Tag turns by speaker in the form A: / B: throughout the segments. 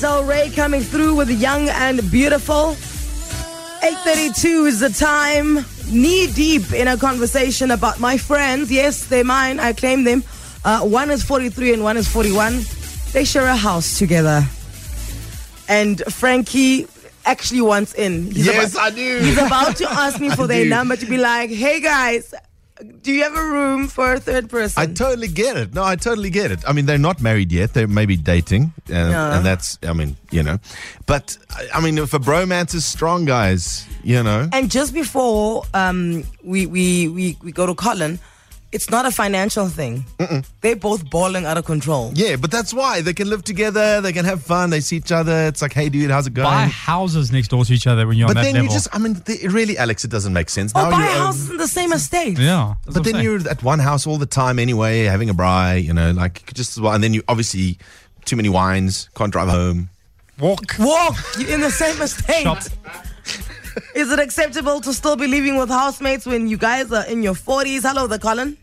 A: Del Rey coming through with Young and Beautiful. 8.32 is the time. Knee deep in a conversation about my friends. Yes, they're mine. I claim them. Uh, one is 43 and one is 41. They share a house together. And Frankie actually wants in. He's
B: Yes,
A: about-
B: I do.
A: He's about to ask me for
B: I
A: their
B: do.
A: number to be like, hey guys, do you have a room for a third person?
B: I totally get it. No, I totally get it. I mean, they're not married yet. They're maybe dating, uh,
A: Yeah.
B: and that's. I mean, you know, but I- I mean, if a bromance is strong, guys, you know,
A: And just before um, we, we, we, we go to Colin, it's not a financial thing. They're both balling out of control.
B: yeah. But that's why they can live together. They can have fun. They see each other. It's like, hey, dude, how's it going?
C: buy houses next door to each other when you're
B: But
C: on that
B: then
C: level.
B: you just. I mean, th- really, Alex, it doesn't make sense.
A: Or buy
B: you're, um,
A: houses in the same estate.
C: uh, yeah. that's what I'm
B: But then
C: saying.
B: you're at one house all the time anyway, having a braai, you know, like you could just as well. And then you obviously too many wines, can't drive home.
C: walk.
A: Walk in the same estate.
C: Shop.
A: Is it acceptable to still be living with housemates when you guys are in your 40s? Hello there, Colin.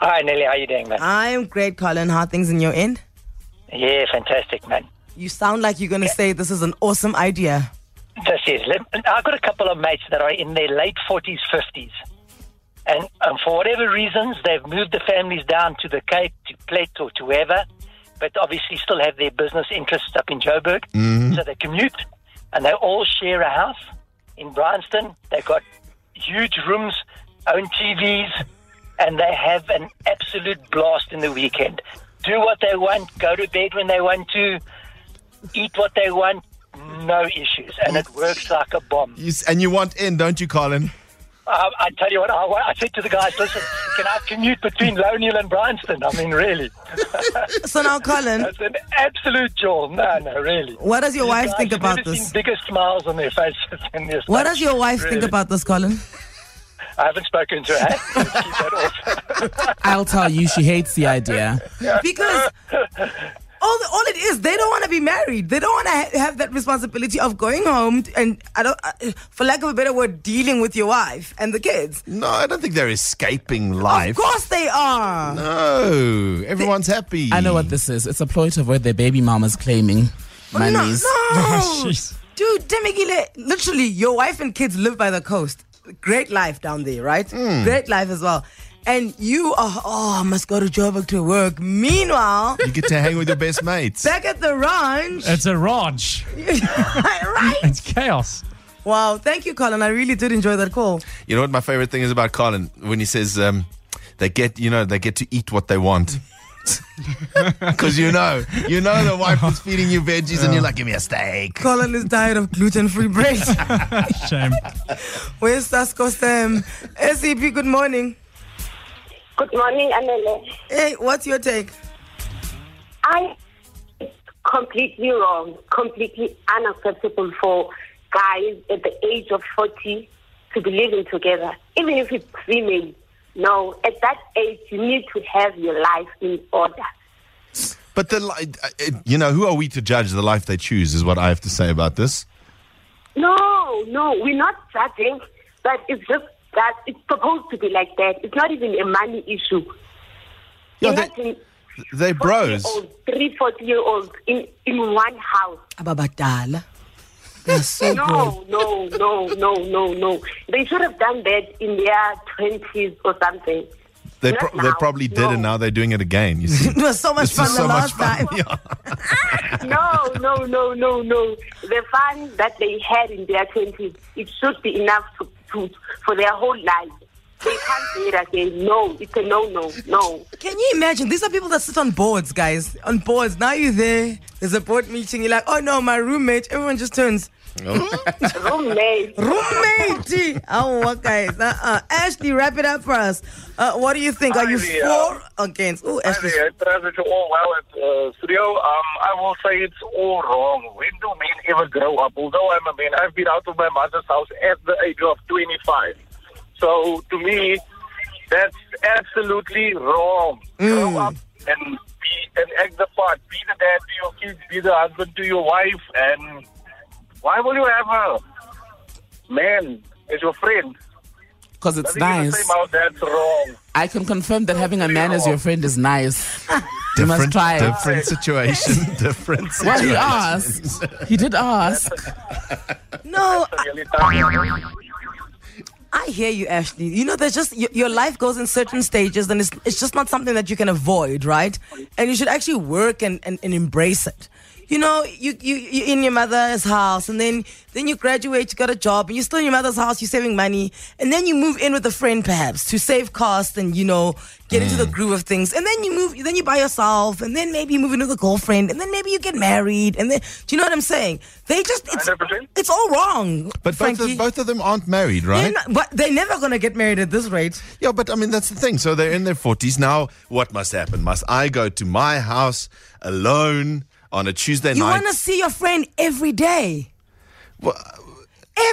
D: Hi, Nelly. How you doing, man?
A: I'm great, Colin. How are things in your end?
D: yeah, fantastic, man.
A: You sound like you're going to say this is an awesome idea.
D: This is. Let, I've got a couple of mates that are in their late forties, fifties, and um, for whatever reasons, they've moved the families down to the Cape, to Plet, or to wherever, but obviously still have their business interests up in Joburg, so they commute, and they all share a house in Bryanston. They've got huge rooms, own TVs, and they have an absolute blast in the weekend. Do what they want, go to bed when they want to, eat what they want, no issues, and it works like a bomb.
B: You, s- and you want in, don't you, Colin?
D: I, I tell you what, I, wa- I said to the guys, listen, can I commute between Loneal and Bryanston? I mean, really,
A: So now, Colin,
D: it's an absolute jaw. No, no, really.
A: what does your
D: These
A: wife
D: guys
A: think
D: have
A: about
D: never seen
A: this?
D: Bigger smiles on their faces than this.
A: What does your wife think
D: Really.
A: about this, Colin?
D: I haven't spoken to her. Let's keep that off.
E: I'll tell you, she hates the idea.
A: because all, all it is they don't want to be married they don't want to ha- have that responsibility of going home t- and i don't uh, for lack of a better word dealing with your wife and the kids
B: No, I don't think they're escaping life.
A: of course they are
B: No, everyone's happy.
E: I know what this is. It's a ploy to avoid their baby mamas claiming my
A: no
E: niece.
A: no
C: jeez.
A: dude demigile literally your wife and kids live by the coast great life down there right great life as well and you are oh i must go to joburg to work meanwhile
B: You get to hang with your best mates.
A: back at the ranch
C: It's a ranch.
A: right
C: It's chaos.
A: wow thank you colin i really did enjoy that call
B: You know what my favorite thing is about Colin when he says um, they get, you know, they get to eat what they want. Because you know, you know the wife is feeding you veggies, and you're like, give me a steak.
A: Colin is tired of gluten-free bread.
C: Shame.
A: Where's Sasco Sam? SEP, E good morning.
F: Good morning, Anele.
A: Hey, what's your take?
F: I it's completely wrong, completely unacceptable for guys at the age of 40 to be living together, even if it's female. No, at that age, you need to have your life in order.
B: But the, li- uh, uh, you know, who are we to judge the life they choose? Is what I have to say about this.
F: No, no, we're not judging, but it's just that it's supposed to be like that. It's not even a money issue.
B: Yeah, they-
F: Imagine
B: They're
F: 40
B: bros.
F: year olds, three 40 year olds in, in one house.
A: Ababadala. They are so good.
F: No, no, no, no, no, no. They should have done that in their twenties or something.
B: They,
F: Not
B: pro- they
F: now.
B: probably did, and
F: No.
B: now they're doing it again. You see,
A: It was so much
B: this
A: fun
B: is
A: the
B: so
A: last
B: much fun.
A: time.
B: Yeah.
F: No, no, no, no, no. The fun that they had in their twenties, it should be enough to, to for their whole life. They can't do it again. No, it's a no, no, no.
A: Can you imagine? These are people that sit on boards, guys. On boards. Now you're there. There's a board meeting. You're like, oh no, my roommate. Everyone just turns,
F: Roommate.
A: roommate. oh, what, guys? Uh-uh. Ashley, wrap it up for us. Uh, what do you think? Are you
G: Hi, Leah.
A: for or against? Oh,
G: Hi
A: Ashley.
G: there, it translates to all well at uh, studio. Um, I will say it's all wrong. When do men ever grow up? Although I'm a man, I've been out of my mother's house at the age of 25. So to me, that's absolutely wrong. Grow up and be and act the part. Be the dad to your kids. Be the husband to your wife. And why will you have a man as your friend?
E: because it's
G: Nothing you can
E: nice. Ah.
G: Say, Mao, that's wrong.
E: I can confirm that having a man as your friend is nice. You must
B: Different,
E: try it.
B: different situation. Different
E: Well,
B: situation.
E: he asked. He did ask.
A: No,
G: It's really tough.
A: I hear you, Ashley. You know, there's just your, your life goes in certain stages, and it's it's just not something that you can avoid, right? And you should actually work and, and, and embrace it. You know, you you you're in your mother's house, and then then you graduate, you got a job, and you're still in your mother's house. You're saving money, and then you move in with a friend, perhaps, to save costs and you know get into the groove of things. And then you move, then you buy yourself, and then maybe you move in with a girlfriend, and then maybe you get married, and then do you know what I'm saying? They just it's
G: 100%.
A: it's all wrong.
B: But both
A: frankly.
B: of, both of them aren't married, right?
A: They're not- but they're never gonna get married at this rate.
B: Yeah, but I mean, that's the thing. So they're in their 40s. Now, what must happen? Must I go to my house alone on a Tuesday
A: You
B: night?
A: wanna see your friend every day.
B: Well,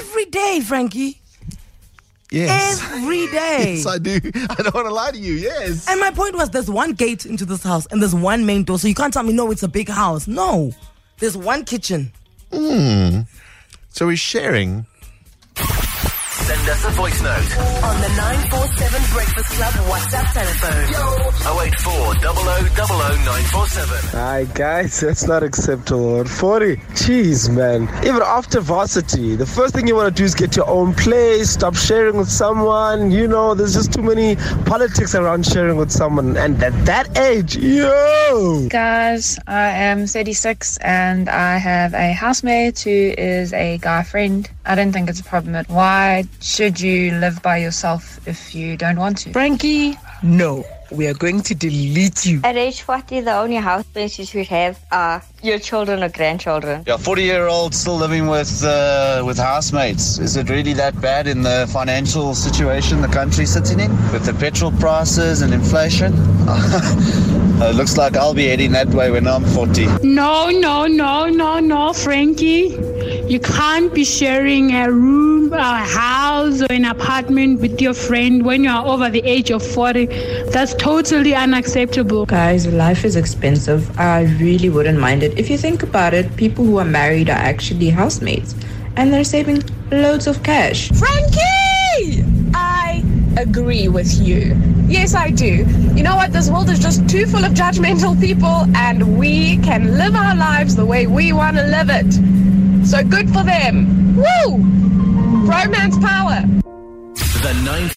A: Every day, Frankie.
B: yes.
A: Every day.
B: Yes, I do. I don't want to lie to you. Yes.
A: and my point was there's one gate into this house and there's one main door. So you can't tell me no, it's a big house. No. There's one kitchen.
B: So we're sharing.
H: Send us a voice note.
I: on the 947 Breakfast Club WhatsApp telephone.
H: 084 947.
J: Hi guys, that's not acceptable. At 40, jeez man. Even after varsity, the first thing you want to do is get your own place, stop sharing with someone. You know, there's just too many politics around sharing with someone. And at that age, yo!
K: guys. I am 36 and I have a housemate who is a guy friend. I don't think it's a problem. At why should you live by yourself if you don't want to?
I: Frankie, no. We are going to delete you.
F: At age 40, the only house things you should have are your children or grandchildren.
L: Yeah, 40 year old still living with uh, with housemates. Is it really that bad in the financial situation the country's sitting in? With the petrol prices and inflation? Uh, it looks like I'll be heading that way when I'm 40.
K: No, no, no, no, no, Frankie. You can't be sharing a room, a house, or an apartment with your friend when you are over the age of 40. That's totally unacceptable.
I: Guys, life is expensive. I really wouldn't mind it. If you think about it, people who are married are actually housemates and they're saving loads of cash. Frankie! I agree with you. Yes, I do. You know what? This world is just too full of judgmental people, and we can live our lives the way we want to live it. So good for them. Woo! Romance power.
H: The 9